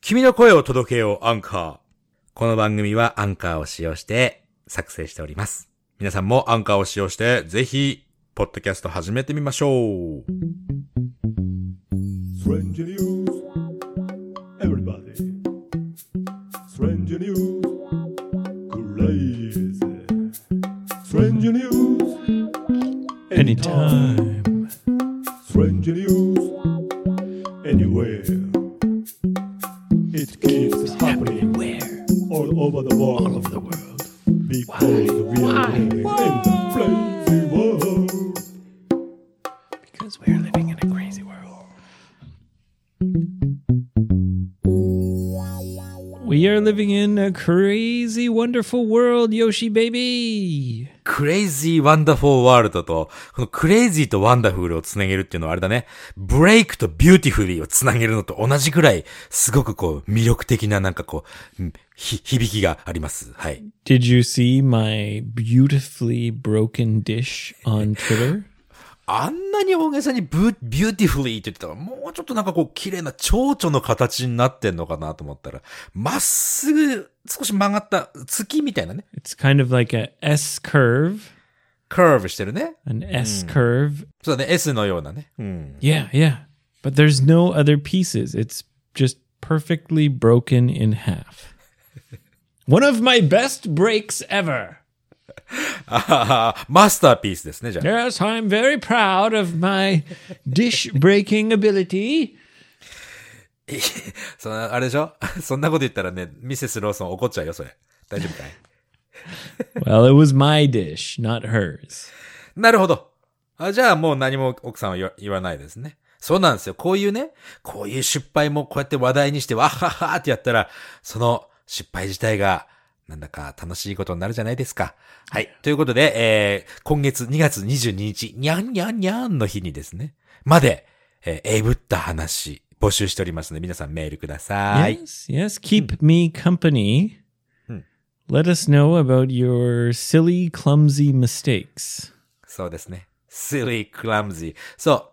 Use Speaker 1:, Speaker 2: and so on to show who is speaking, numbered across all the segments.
Speaker 1: 君の声を届けよう、アンカー。この番組はアンカーを使用して作成しております。皆さんもアンカーを使用して、ぜひ、ポッドキャスト始めてみましょう。
Speaker 2: Strange news, everybody. Strange news, crazy. Strange news, anytime. Strange news, anywhere. It keeps happening all over the world. All over the world. Because we are living in the crazy world.
Speaker 3: Because we're living in a crazy world. We are living in a crazy, wonderful world, Yoshi baby.
Speaker 1: クレイジーワンダフォーワールドと、このクレイジーとワンダフルをつなげるっていうのはあれだね。ブレイクとビューティフリーをつなげるのと同じくらい、すごくこう、魅力的ななんかこう、うんひ、響きがあります。はい。
Speaker 3: Did you see my beautifully broken dish on Twitter?
Speaker 1: あんなに大げさにブビューティフリーって言ってたら、もうちょっとなんかこう、綺麗な蝶々の形になってんのかなと思ったら、まっすぐ、少し曲がった月みたいなね。
Speaker 3: It's kind of like a S curve,
Speaker 1: カーブしてるね。
Speaker 3: an S curve.
Speaker 1: そうだね、S のようなね。うん。
Speaker 3: Yeah, yeah. But there's no other pieces. It's just perfectly broken in half. One of my best breaks ever.
Speaker 1: あははマスターピースですね、じゃあ。
Speaker 3: Yes, I'm very proud of my dish breaking ability.
Speaker 1: そのあれでしょ そんなこと言ったらね、ミセスローソン怒っちゃうよ、それ。大丈夫かい
Speaker 3: Well, it was my dish, not hers.
Speaker 1: なるほど。あじゃあもう何も奥さんは言わ言わないですね。そうなんですよ。こういうね、こういう失敗もこうやって話題にして、わっはっはってやったら、その失敗自体が、なんだか楽しいことになるじゃないですか。はい。ということで、えー、今月2月22日、にゃんにゃんにゃんの日にですね、まで、えー、えぶった話、募集しておりますので、皆さんメールください。
Speaker 3: Yes, yes, keep me company. Let us know about your silly, clumsy mistakes.
Speaker 1: そうですね。silly, clumsy. そ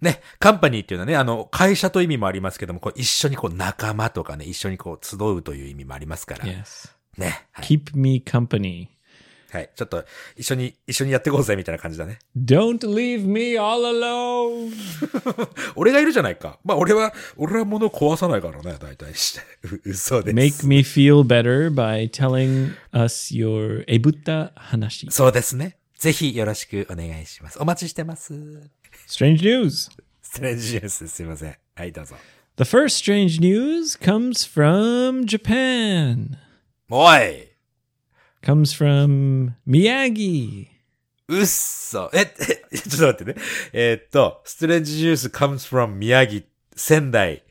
Speaker 1: う。ね、カンパニーっていうのはね、あの、会社という意味もありますけども、こう一緒にこう仲間とかね、一緒にこう集うという意味もありますから。
Speaker 3: Yes.
Speaker 1: ね、はい。
Speaker 3: Keep me company.
Speaker 1: はい。ちょっと、一緒に、一緒にやっていこうぜ、みたいな感じだね。
Speaker 3: Don't leave me all alone.
Speaker 1: 俺がいるじゃないか。まあ、俺は、俺は物を壊さないからね、大体 して。う嘘です。
Speaker 3: Make me feel better by telling us your ebutta hanashi.
Speaker 1: そうですね。ぜひよろしくお願いします。お待ちしてます。
Speaker 3: Strange news.
Speaker 1: ストレンジニュースですいません。はい、どうぞ。
Speaker 3: The first strange news comes from Japan.
Speaker 1: おい
Speaker 3: Comes from Miyagi.
Speaker 1: うっそ。え、え ちょっと待ってね。えーっと、ストレンジニュース comes from 宮城、仙台。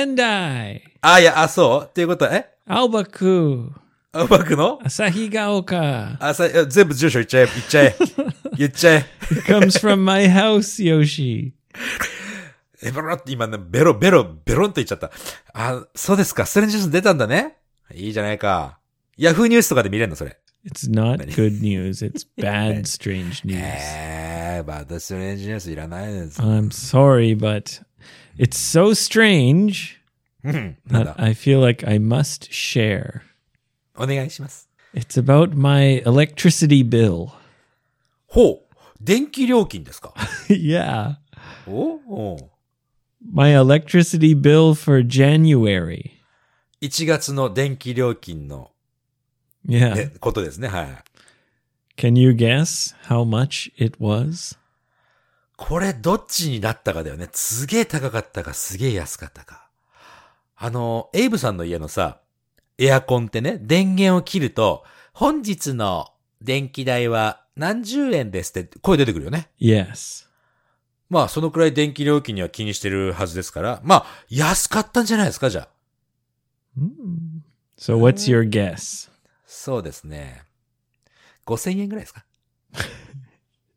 Speaker 3: Sendai.
Speaker 1: あ、いや、あ、そうっていうことは、え
Speaker 3: Aobaku.
Speaker 1: あ、うまくの
Speaker 3: Asahigaoka.
Speaker 1: あ、さ、いや全部住所言っちゃえ、言っちゃ え。言っちゃえ。
Speaker 3: Comes from my house, Yoshi.
Speaker 1: え、ベロって今ね、ベロ、ベロ、ベロンと言っちゃった。あ、そうですか。ストレンジニュース出たんだね。いいじゃないか。ヤフーニュースとかで見れるの、それ。
Speaker 3: It's not good news. It's bad, strange news.
Speaker 1: えー、バッドストレンジニュースいらないです。
Speaker 3: I'm sorry, but it's so strange
Speaker 1: うん。なん
Speaker 3: that
Speaker 1: だ。
Speaker 3: I feel like I must share.
Speaker 1: お願いします。
Speaker 3: It's about my electricity bill.
Speaker 1: ほう。電気料金 ですか
Speaker 3: yeah.
Speaker 1: おお
Speaker 3: My electricity bill for January.
Speaker 1: 1月の電気料金の
Speaker 3: Yeah.
Speaker 1: ね、ことですね。はい。
Speaker 3: Can you guess how much it was?
Speaker 1: これどっちになったかだよね。すげえ高かったか、すげえ安かったか。あの、エイブさんの家のさ、エアコンってね、電源を切ると、本日の電気代は何十円ですって声出てくるよね。
Speaker 3: Yes.
Speaker 1: まあ、そのくらい電気料金には気にしてるはずですから、まあ、安かったんじゃないですか、じゃあ。
Speaker 3: Mm. So what's your guess?
Speaker 1: そうですね。5000円ぐらいですか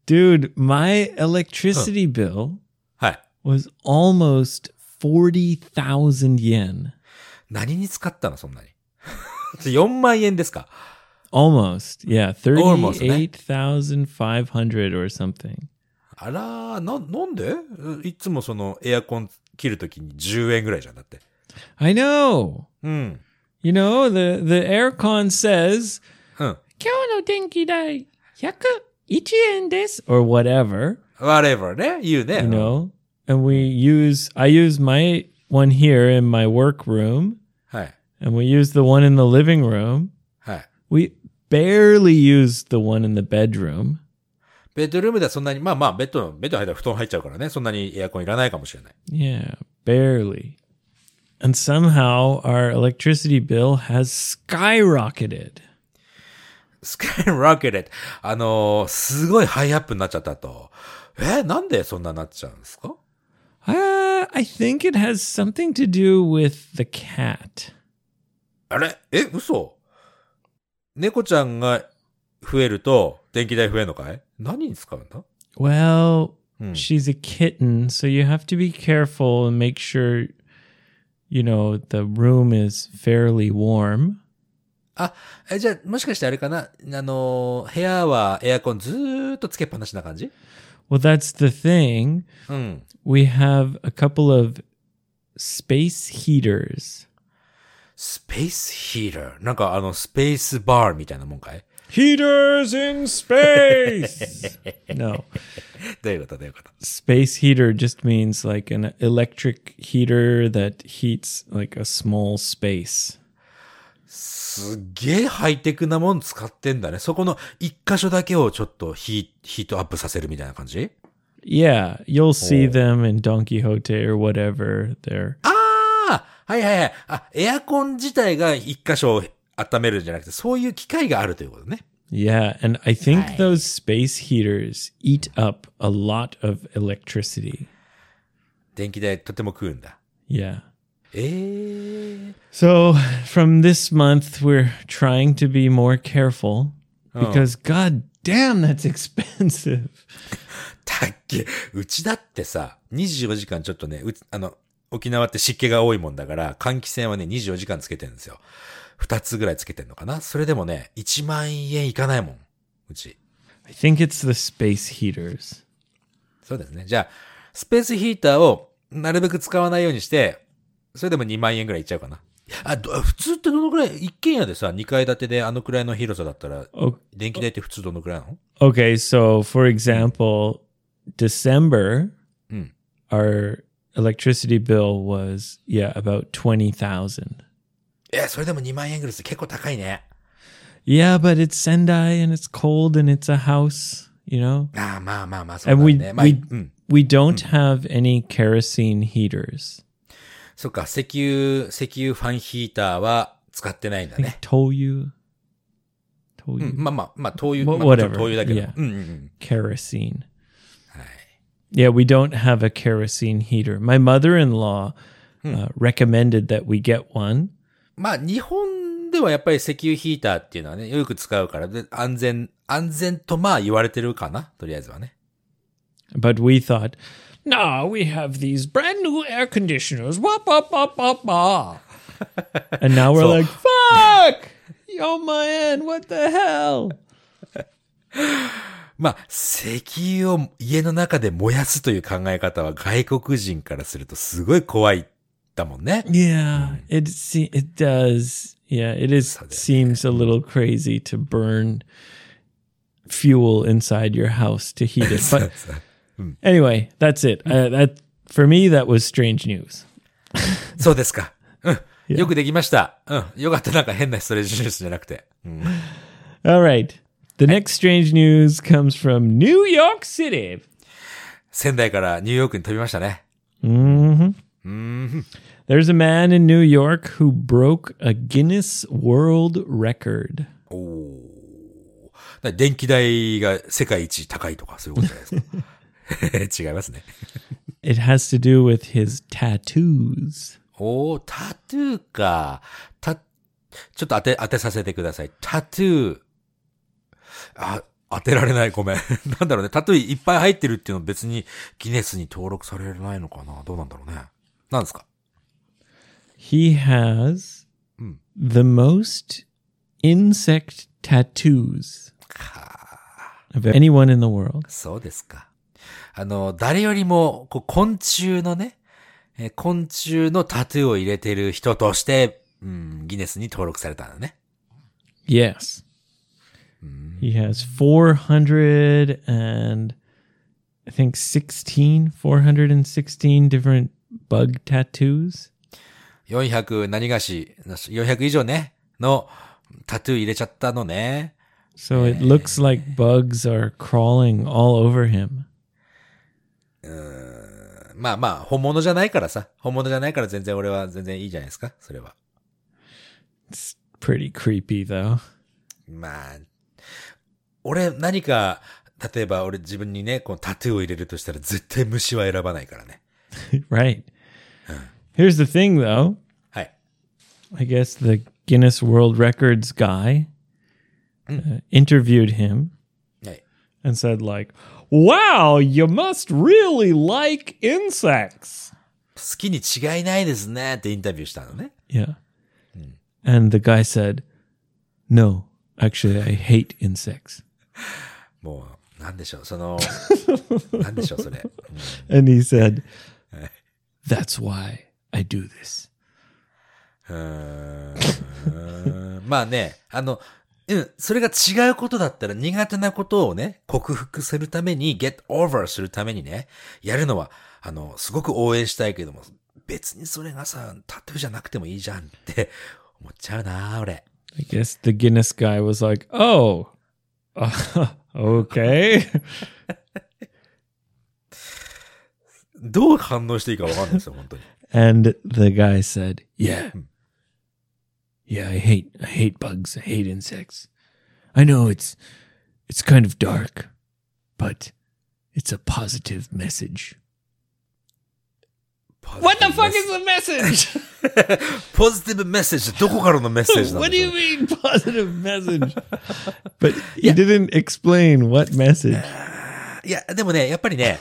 Speaker 3: Dude, my electricity bill
Speaker 1: はい。
Speaker 3: was almost 40,000 yen.
Speaker 1: 何に使ったの、そんなに。4万円ですか
Speaker 3: Almost. Yeah,
Speaker 1: Almost, eh?
Speaker 3: 38,500 or something.
Speaker 1: あらー、な、なんでういつもそのエアコン切るときに10円ぐらいじゃんだって。
Speaker 3: I know.
Speaker 1: うん。
Speaker 3: You know, the, the aircon says,
Speaker 1: うん。
Speaker 3: 今日の電気代101円です or whatever,
Speaker 1: whatever ね、言うね。
Speaker 3: you know. And we use, I use my one here in my workroom
Speaker 1: はい。
Speaker 3: and we use the one in the living room.
Speaker 1: はい。
Speaker 3: We barely use the one in the bedroom.
Speaker 1: ベッドルームではそんなに、まあまあ、ベッド、ベッド入ったら布団入っちゃうからね、そんなにエアコンいらないかもしれない。
Speaker 3: Yeah, barely. And somehow our electricity bill has skyrocketed.
Speaker 1: スカイロケレット、あのーすごいハイアップになっちゃったと。えーなんでそんななっちゃうんですか
Speaker 3: Uh, I think it has something to do with the cat.
Speaker 1: あれえ、嘘猫ちゃんが増えると電気代増えるのかい何に使うんだ
Speaker 3: Well,
Speaker 1: Hmm.
Speaker 3: she's a kitten, so you have to be careful and make sure, you know, the room is fairly warm.
Speaker 1: あ、え、じゃあ、もしかしてあれかなあのー部屋はエアコンずーっとつけっぱなしな感じ
Speaker 3: Well, that's the thing.
Speaker 1: うん。
Speaker 3: We have a couple of space heaters.
Speaker 1: スペースヒーラー。なんかあの、スペースバーみたいなもんかい
Speaker 3: Heaters in space! no.
Speaker 1: どういうことどういうこと
Speaker 3: Space heater just means like an electric heater that heats like a small space.
Speaker 1: すっげえハイテクなもん使ってんだね。そこの一箇所だけをちょっとヒヒートアップさせるみたいな感じ
Speaker 3: Yeah, you'll see
Speaker 1: Oh.
Speaker 3: them in Don Quixote or whatever. They're
Speaker 1: ああはいはいはい。あ、エアコン自体が一箇所を温めるんじゃなくて、そういう機械があるということね。
Speaker 3: Yeah, and I think
Speaker 1: Right.
Speaker 3: those space heaters eat up a lot of electricity.
Speaker 1: 電気代とても食うんだ。
Speaker 3: Yeah.
Speaker 1: ええー。
Speaker 3: So from this month, we're trying to be more careful because, god damn, that's expensive.
Speaker 1: たっけ、うちだってさ、24時間ちょっとね、うあの、沖縄って湿気が多いもんだから、換気扇はね、24時間つけてるんですよ。2つぐらいつけてんのかなそれでもね、1万円いかないもん。うち。
Speaker 3: I think it's the space heaters.
Speaker 1: そうですね。じゃあ、スペースヒーターをなるべく使わないようにして、それでも2万円ぐらいいっちゃうかな。あ、ど普通ってどのくらい、一軒家でさ、2階建てであのくらいの広さだったら、
Speaker 3: O-
Speaker 1: 電気代って普通どのくらいなの
Speaker 3: Okay, so for example, December,
Speaker 1: Mm.
Speaker 3: our electricity bill was, yeah, about 20,000.
Speaker 1: え、それでも2万円ぐらいって結構高いね。
Speaker 3: Yeah, but it's Sendai and it's cold and it's a house, you know?
Speaker 1: ああ、まあまあまあ、そう
Speaker 3: And
Speaker 1: だ
Speaker 3: we,
Speaker 1: ね。まあ、う
Speaker 3: we,
Speaker 1: ん。
Speaker 3: we don't have any kerosene heaters.
Speaker 1: そっか、石油、石油ファンヒーターは使ってないんだ
Speaker 3: I think
Speaker 1: ね。
Speaker 3: Toyu.
Speaker 1: うん
Speaker 3: Toyu.
Speaker 1: まあまあ、まあ、灯油、
Speaker 3: Wha-
Speaker 1: まあ、ちょっ
Speaker 3: whatever.
Speaker 1: と灯油だけど。
Speaker 3: Yeah.
Speaker 1: うんうんうん。
Speaker 3: Kerosene.
Speaker 1: はい。
Speaker 3: Yeah, we don't have a kerosene heater. My mother in law uh, recommended that we get one.
Speaker 1: まあ、日本ではやっぱり石油ヒーターっていうのはね、よく使うから、で安全、安全とまあ言われてるかな、とりあえずはね。
Speaker 3: But we thought, nah, we have these brand new air conditioners. Wah, bah, bah, bah, bah. and now we're
Speaker 1: So-
Speaker 3: like, fuck! Yo, man, what the hell?
Speaker 1: まあ、石油を家の中で燃やすという考え方は外国人からするとすごい怖いだもんね。
Speaker 3: Yeah, it se- it does. Yeah, it is
Speaker 1: So that-
Speaker 3: seems a little crazy to burn fuel inside your house to heat it. But anyway, that's it. Uh, that for me, that was strange news.
Speaker 1: そうですか。うん。よくできました。うん。よかった。なんか変なストレージニュースじゃなくて。うん。
Speaker 3: All right, the next strange news comes from New York City.
Speaker 1: 仙台からニューヨークに飛びましたね。
Speaker 3: Mm-hmm. There's a man in New York who broke a Guinness World Record.
Speaker 1: だから電気代が世界一高いとか、そういうことじゃないですか。違い ますね。
Speaker 3: It has to do with his tattoos.
Speaker 1: おー、タトゥーか。た、ちょっと当て、当てさせてください。タトゥー。あ、当てられない。ごめん。 なんだろうね。タトゥーいっぱい入ってるっていうの別にギネスに登録されないのかなどうなんだろうね。なんですか
Speaker 3: He has
Speaker 1: Hmm.
Speaker 3: the most insect tattoos of anyone in the world.
Speaker 1: そうですか。あの、誰よりも、こう、昆虫のね、えー昆虫のタトゥーを入れてる人として、うん、ギネスに登録されたんだね。
Speaker 3: Yes. He has 400 and I think 16, 416 different bug tattoos.
Speaker 1: 400何がし、400以上ね、のタトゥー入れちゃったのね。
Speaker 3: So it looks like bugs are crawling all over him.
Speaker 1: まあまあ、本物じゃないからさ。本物じゃないから全然俺は全然いいじゃないですか、それは。
Speaker 3: It's pretty creepy though.
Speaker 1: まあ、俺何か、例えば俺自分にね、このタトゥーを入れるとしたら絶対虫は選ばないからね。
Speaker 3: right. Here's the thing though.
Speaker 1: はい。
Speaker 3: I guess the Guinness World Records guy uh, interviewed him
Speaker 1: はい。
Speaker 3: and said like, "Wow, you must really like insects."
Speaker 1: 好きに違いないですねってインタビューしたのね。
Speaker 3: Yeah. And the guy said, "No, actually I hate insects."
Speaker 1: もう、なんでしょう、そ の、なんでしょう、それ。うん
Speaker 3: And he said, "That's why I do this."
Speaker 1: うーんまあね、あの、うん、それが違うことだったら苦手なことをね、克服するために、get over するためにね、やるのは、あの、すごく応援したいけども、別にそれがさ、タトゥーじゃなくてもいいじゃんって思っちゃうな、俺。
Speaker 3: I guess the Guinness guy was like, "Oh, okay."
Speaker 1: どう反応していいかわかんないですよ、本当に。
Speaker 3: And the guy said, "Yeah, yeah, I hate, I hate bugs. I hate insects. I know it's, it's kind of dark, but it's a positive message." What the fuck is the message?
Speaker 1: ポジティブメッセージってどこからのメッセージな
Speaker 3: what
Speaker 1: んで
Speaker 3: do
Speaker 1: しょ
Speaker 3: you
Speaker 1: う
Speaker 3: mean positive message? but he didn't explain what message.
Speaker 1: いや、でもね、やっぱりね、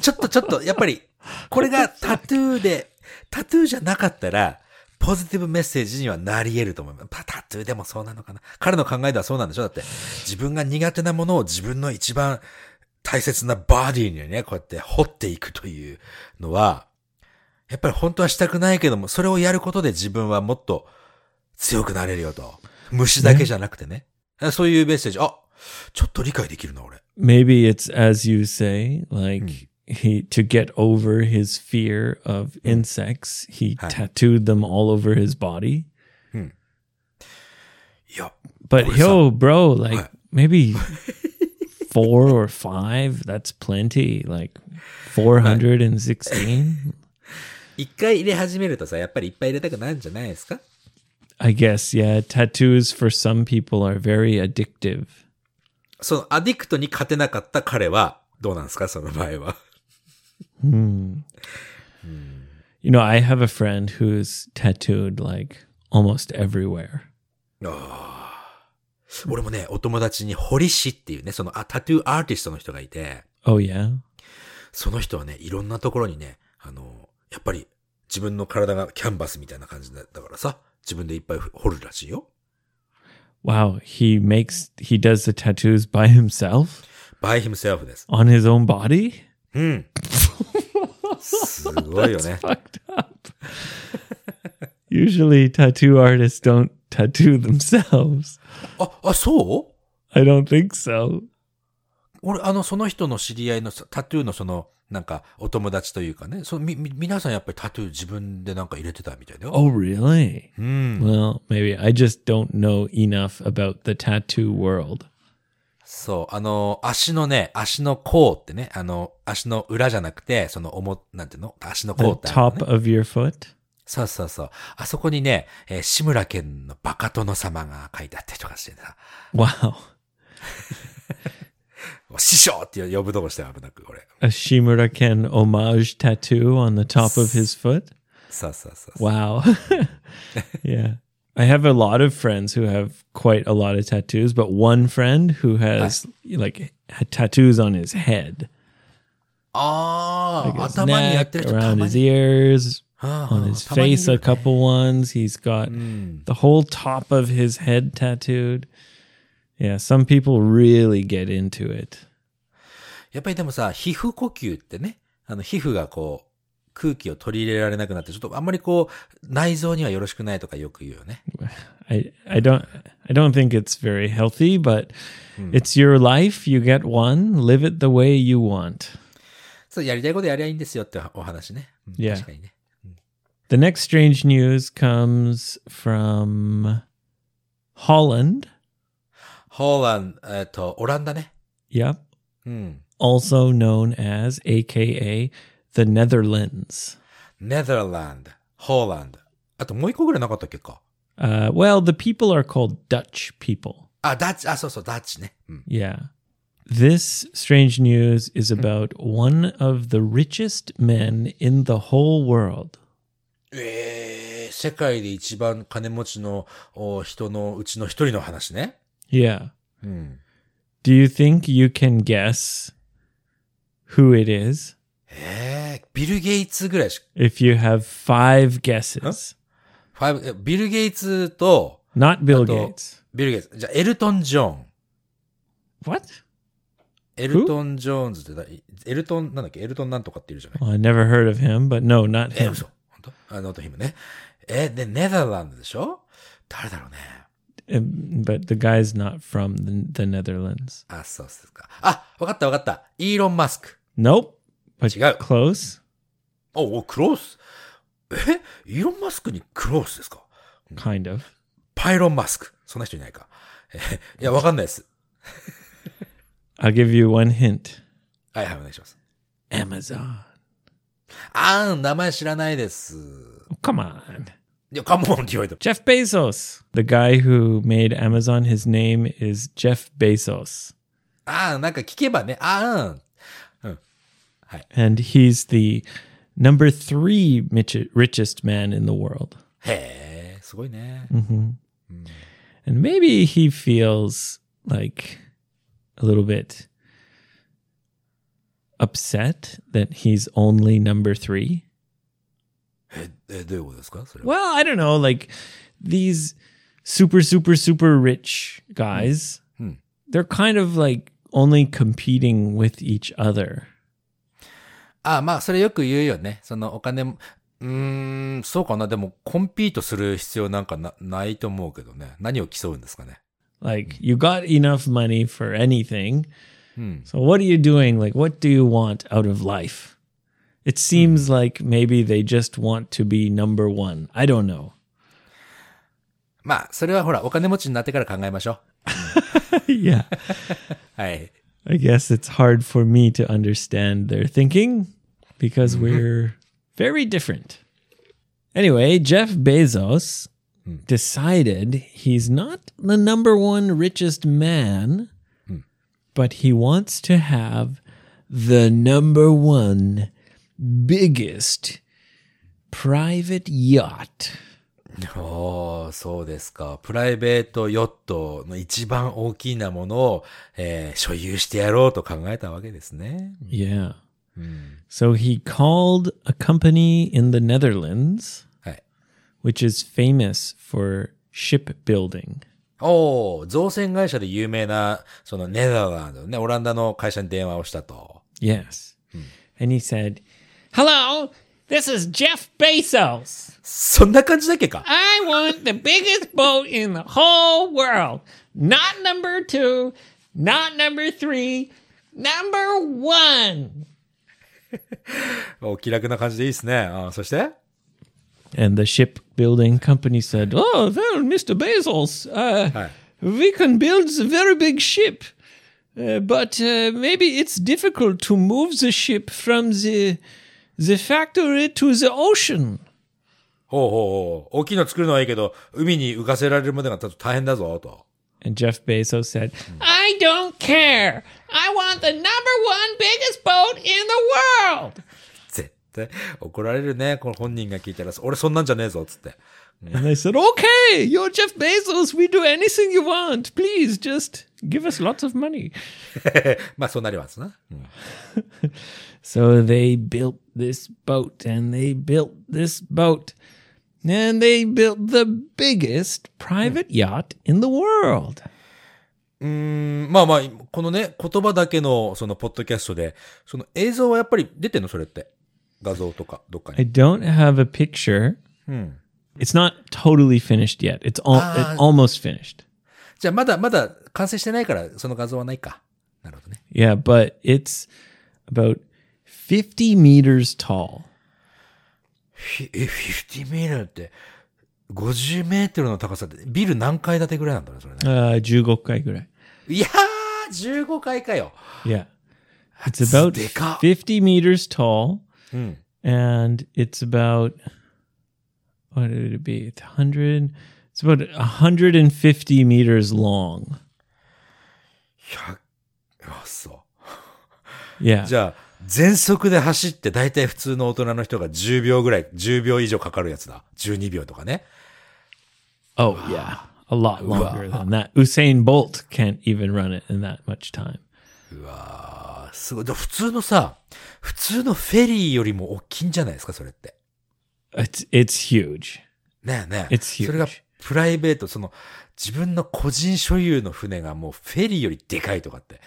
Speaker 1: ちょっとちょっと、やっぱり、これがタトゥーで、タトゥーじゃなかったら、ポジティブメッセージにはなり得ると思います。タタトゥーでもそうなのかな。彼の考えではそうなんでしょだって、自分が苦手なものを自分の一番大切なバディにね、こうやって掘っていくというのは、やっぱり本当はしたくないけども、それをやることで自分はもっと強くなれるよと。虫だけじゃなくてね。そういうメッセージ。あ、ちょっと理解できるな、俺。
Speaker 3: Maybe it's as you say, like he to get over his fear of insects, he
Speaker 1: Hi.
Speaker 3: tattooed them all over his body.
Speaker 1: いや、
Speaker 3: But
Speaker 1: Or
Speaker 3: yo, bro, like
Speaker 1: Hi.
Speaker 3: maybe four or five, that's plenty. Like 416.
Speaker 1: 一回入れ始めるとさ、やっぱりいっぱい入れたくなるんじゃないですか
Speaker 3: I guess, yeah. Tattoos for some people are very addictive.
Speaker 1: そのアディクトに勝てなかった彼は、どうなんですかその場合は。
Speaker 3: You know, I have a friend who's tattooed like almost everywhere.
Speaker 1: 俺もね、お友達に堀氏っていうね、そのあタトゥーアーティストの人がいて、
Speaker 3: Oh, yeah.
Speaker 1: その人はね、いろんなところにね、あの、やっぱり自分の体がキャンバスみたいな感じだだからさ、自分でいっぱい掘るらしいよ。
Speaker 3: Wow, he makes he does the tattoos by himself
Speaker 1: by himself です。
Speaker 3: on his own body.
Speaker 1: うん。すごいよね。
Speaker 3: Fucked up. Usually, tattoo artists don't tattoo themselves.
Speaker 1: あ、あ、そう
Speaker 3: I don't think so.
Speaker 1: 俺、あの、その人の知り合いのさタトゥーのその、なんか、お友達というかね、その、み、み、皆さんやっぱりタトゥー自分でなんか入れてたみたいだよ。
Speaker 3: Oh, really?
Speaker 1: うん。
Speaker 3: Well, maybe I just don't know enough about the tattoo world.
Speaker 1: そう、あの、足のね、足の甲ってね、あの、足の裏じゃなくて、その、おも、なんていうの足の甲
Speaker 3: The
Speaker 1: ってある
Speaker 3: top
Speaker 1: のね、
Speaker 3: of your foot.
Speaker 1: そうそうそう。あそこにね、えー志村けんのバカ殿様が書いてあったりとかしてさ、
Speaker 3: Wow,
Speaker 1: 師匠って呼ぶとこして危なく、俺。
Speaker 3: a Shimura Ken homage tattoo on the top of his foot.
Speaker 1: そうそうそうそう。
Speaker 3: Wow. yeah. I have a lot of friends who have quite a lot of tattoos, but one friend who has like ha- tattoos on his head,
Speaker 1: ああ、
Speaker 3: his
Speaker 1: 頭にやっ
Speaker 3: neck,
Speaker 1: てる人た
Speaker 3: around
Speaker 1: ま
Speaker 3: his
Speaker 1: に。
Speaker 3: ears,
Speaker 1: あー
Speaker 3: on his
Speaker 1: たまにい
Speaker 3: face,
Speaker 1: る
Speaker 3: a couple ones. He's got the whole top of his head tattooed. Yeah, some people really get into it.
Speaker 1: やっぱりでもさ、皮膚呼吸ってね、あの皮膚がこう、空気を取り入れられなくなって、ちょっとあんまりこう、内臓にはよろしくないとかよく言うよね。
Speaker 3: I I don't I don't think it's very healthy, but it's your life. You get one. Live it the way you want.
Speaker 1: そう、やりたいことやりゃいいんですよってお話ね。うん、
Speaker 3: Yeah.
Speaker 1: 確かにね。
Speaker 3: The next strange news comes from Holland.
Speaker 1: ホーラン、えっと、オランダね。
Speaker 3: Yep.
Speaker 1: うん。
Speaker 3: Also known as AKA the Netherlands.
Speaker 1: ネザーランド、ホーランド。あともう一個ぐらいなかったっけか。
Speaker 3: Uh, well, the people are called Dutch people.
Speaker 1: あ、ダッチ、あ、そうそう、ダッチね。うん。
Speaker 3: Yeah. This strange news is about one of the richest men in the whole world.
Speaker 1: えー、世界で一番金持ちのお人のうちの一人の話ね。
Speaker 3: Yeah.
Speaker 1: うん。
Speaker 3: Do you think you can guess who it is?
Speaker 1: えー、ビル・ゲイツぐらいしか、
Speaker 3: If you have five guesses,
Speaker 1: ファイブえビル・ゲイツと、
Speaker 3: not Bill
Speaker 1: Adult.
Speaker 3: Gates.
Speaker 1: ビル・ゲイツ。じゃあ、エルトン・ジョーン。
Speaker 3: What?
Speaker 1: エルトン・ジョーンズってだ、エルトン、なんだっけ、エルトンなんとかっているじゃない
Speaker 3: Well, I never heard of him, but no, not
Speaker 1: え、
Speaker 3: him.
Speaker 1: 嘘。本当あ、ノートヒムね。え、で、ネザーランドでしょ誰だろうね。
Speaker 3: Um, But the guy's not from the, the Netherlands.
Speaker 1: あ、そうっすか。あ、わかったわかった。イーロン・マスク。
Speaker 3: Nope. But
Speaker 1: She got-
Speaker 3: close.
Speaker 1: おお、クロース。えイーロン・マスクにクロースですか
Speaker 3: Kind of.
Speaker 1: パイロン・マスク。そんな人いないか。えいや、わかんないです。
Speaker 3: I'll give you one hint
Speaker 1: はいはい、お願いします。
Speaker 3: Amazon.
Speaker 1: あー、名前知らないです。
Speaker 3: Oh, come on.
Speaker 1: いや、カモンって言われても。
Speaker 3: Jeff Bezos. The guy who made Amazon, his name is Jeff Bezos.
Speaker 1: あー、なんか聞けばね、あー、
Speaker 3: And he's the number three mich- richest man in the world.
Speaker 1: へえ、すごいね。
Speaker 3: hmm And maybe he feels like a little bit upset that he's only number three.
Speaker 1: え、えどういうことですかそれは。
Speaker 3: Well, I don't know. Like these super, super, super rich guys,
Speaker 1: Hmm.
Speaker 3: they're kind of like only competing with each other.
Speaker 1: あー、まあ、それよく言うよね。そのお金も、うーん、そうかな。でも、コンピートする必要なんかなないと思うけどね。何を競うんですかね。
Speaker 3: Like you got enough money for anything.
Speaker 1: うん。
Speaker 3: So what are you doing? Like what do you want out of life? It seems
Speaker 1: Hmm.
Speaker 3: like maybe they just want to be number one. I don't know.
Speaker 1: まあ、それはほら、お金持ちになってから考えましょ
Speaker 3: yeah.
Speaker 1: う。はい。
Speaker 3: I guess it's hard for me to understand their thinking because we're very different. Anyway, Jeff Bezos decided he's not the number one richest man, but he wants to have the number one biggest private yacht.
Speaker 1: おー、そうですか。プライベートヨットの一番大きなものを、えー所有してやろうと考えたわけですね。
Speaker 3: Yeah. So he called a company in the Netherlands.
Speaker 1: はい。
Speaker 3: which is famous for shipbuilding.
Speaker 1: おー、造船会社で有名な、そのネザーランドね、オランダの会社に電話をしたと。
Speaker 3: Yes. And he said, Hello, this is Jeff Bezos.
Speaker 1: そんな感じだっけか
Speaker 3: I want the biggest boat in the whole world. Not number two, not number three, number one.
Speaker 1: お気楽な感じでいいですね。あーそして
Speaker 3: And the shipbuilding company said, Oh, well, Mr. Bezos, uh,
Speaker 1: はい。
Speaker 3: we can build a very big ship, uh, but uh, maybe it's difficult to move the ship from the the factory to the ocean.
Speaker 1: ほうほうほう。大きいの作るのはいいけど、海に浮かせられるまでがちょっと大変だぞ、と。
Speaker 3: And Jeff Bezos said, "I don't care. I want the number one biggest boat in the world."
Speaker 1: 絶対怒られるね。この本人が聞いたら、俺そんなんじゃねえぞ、つって。
Speaker 3: And they said, "Okay, you're Jeff Bezos. We do anything you want. Please just give us lots of money."
Speaker 1: まあそうなりますな。うん
Speaker 3: So they built this boat and they built this boat and they built the biggest private yacht in the world.
Speaker 1: うーん、まあまあ、このね、言葉だけの、その、ポッドキャストで、その映像はやっぱり出てんのそれって。画像とか、どっか
Speaker 3: I
Speaker 1: に。
Speaker 3: don't have a picture.
Speaker 1: うん。
Speaker 3: It's not totally finished yet. It's all
Speaker 1: Ah.
Speaker 3: it's almost finished.
Speaker 1: じゃあ、まだまだ完成してないから、その画像はないか。なるほどね。
Speaker 3: Yeah, but it's about 50 meters tall.
Speaker 1: ひえ、50メートルって、50メートルの高さって、ビル何階建てぐらいなんだろう、それね。
Speaker 3: Uh, 15回ぐらい.
Speaker 1: いやー、15階かよ。
Speaker 3: Yeah. It's about
Speaker 1: でかっ
Speaker 3: 50 meters tall
Speaker 1: うん。
Speaker 3: and it's about what would it be? It's 100 It's about 150 meters long.
Speaker 1: 100、あ、そう。
Speaker 3: Yeah.
Speaker 1: じゃあ、全速で走って大体普通の大人の人が10秒ぐらい、10秒以上かかるやつだ。12秒とかね。
Speaker 3: Oh yeah, a lot longer than that. Usain Bolt can't even run it in that much time.
Speaker 1: あーすごい。で普通のさ、普通のフェリーよりも大きいんじゃないですか、それって。
Speaker 3: It's it's huge.
Speaker 1: ねえねえ。
Speaker 3: It's huge.
Speaker 1: それがプライベート、その、自分の個人所有の船がもうフェリーよりでかいとかって。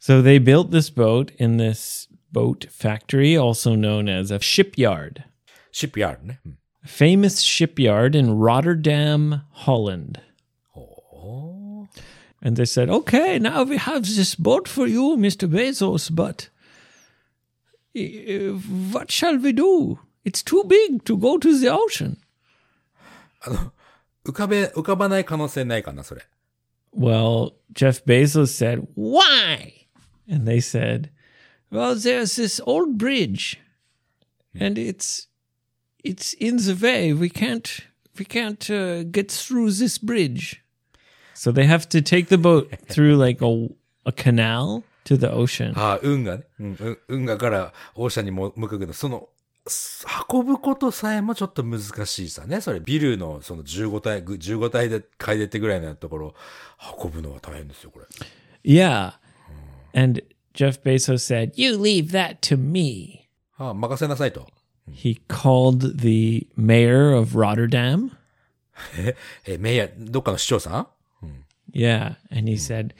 Speaker 3: So they built this boat in this boat factory, also known as a shipyard,
Speaker 1: シップヤードね。うん、
Speaker 3: a famous shipyard in Rotterdam, Holland.
Speaker 1: ほー
Speaker 3: And they said, "Okay, now we have this boat for you, Mr. Bezos, but uh, what shall we do? It's too big to go to the ocean."
Speaker 1: 浮かべ、浮かばない可能性ないかな、それ。
Speaker 3: Well, Jeff Bezos said, Why? And they said, Well, there's this old bridge and it's it's in the way. We can't we can't uh, get through this bridge. So they have to take the boat through like a, a canal to the ocean.
Speaker 1: ああ、運河ね。うん、うん運河からオーシャンにも向くけど、その、す運ぶことさえもちょっと難しいさね。それ、ビルのその15体、ぐ15体で買い出ってぐらいのところ、運ぶのは大変ですよ、これ。
Speaker 3: Yeah. And Jeff Bezos said, You leave that to me.
Speaker 1: ああ、任せなさいと。
Speaker 3: He called the mayor of Rotterdam.
Speaker 1: え、メイヤー、どっかの市長さん
Speaker 3: Yeah. And he said,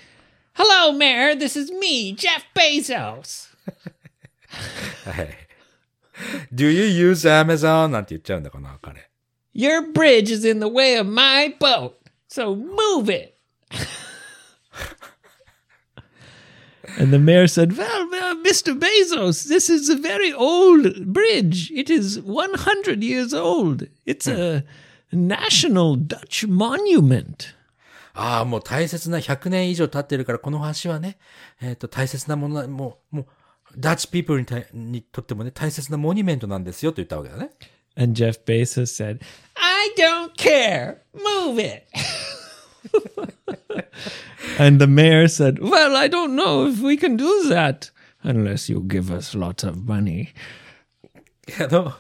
Speaker 3: Hello, Mayor. This is me, Jeff Bezos.
Speaker 1: はい。Do you use Amazon? なんて言っちゃうんだかな、彼。
Speaker 3: Your bridge is in the way of my boat. So move it. and the mayor said, Well, well, Mr. Bezos, this is a very old bridge. It is 100 years old. It's a national Dutch monument.
Speaker 1: ああ、もう大切な100年以上経ってるから、この橋はね、えっ、と、大切なものな、もう、もう、ダッチピープルに対にとってもね、大切なモニュメントなんですよと言ったわけだね。
Speaker 3: And Jeff Bezos said, I don't care. Move it. and the mayor said, Well, I don't know if we can do that unless you give us lots of money.
Speaker 1: あの、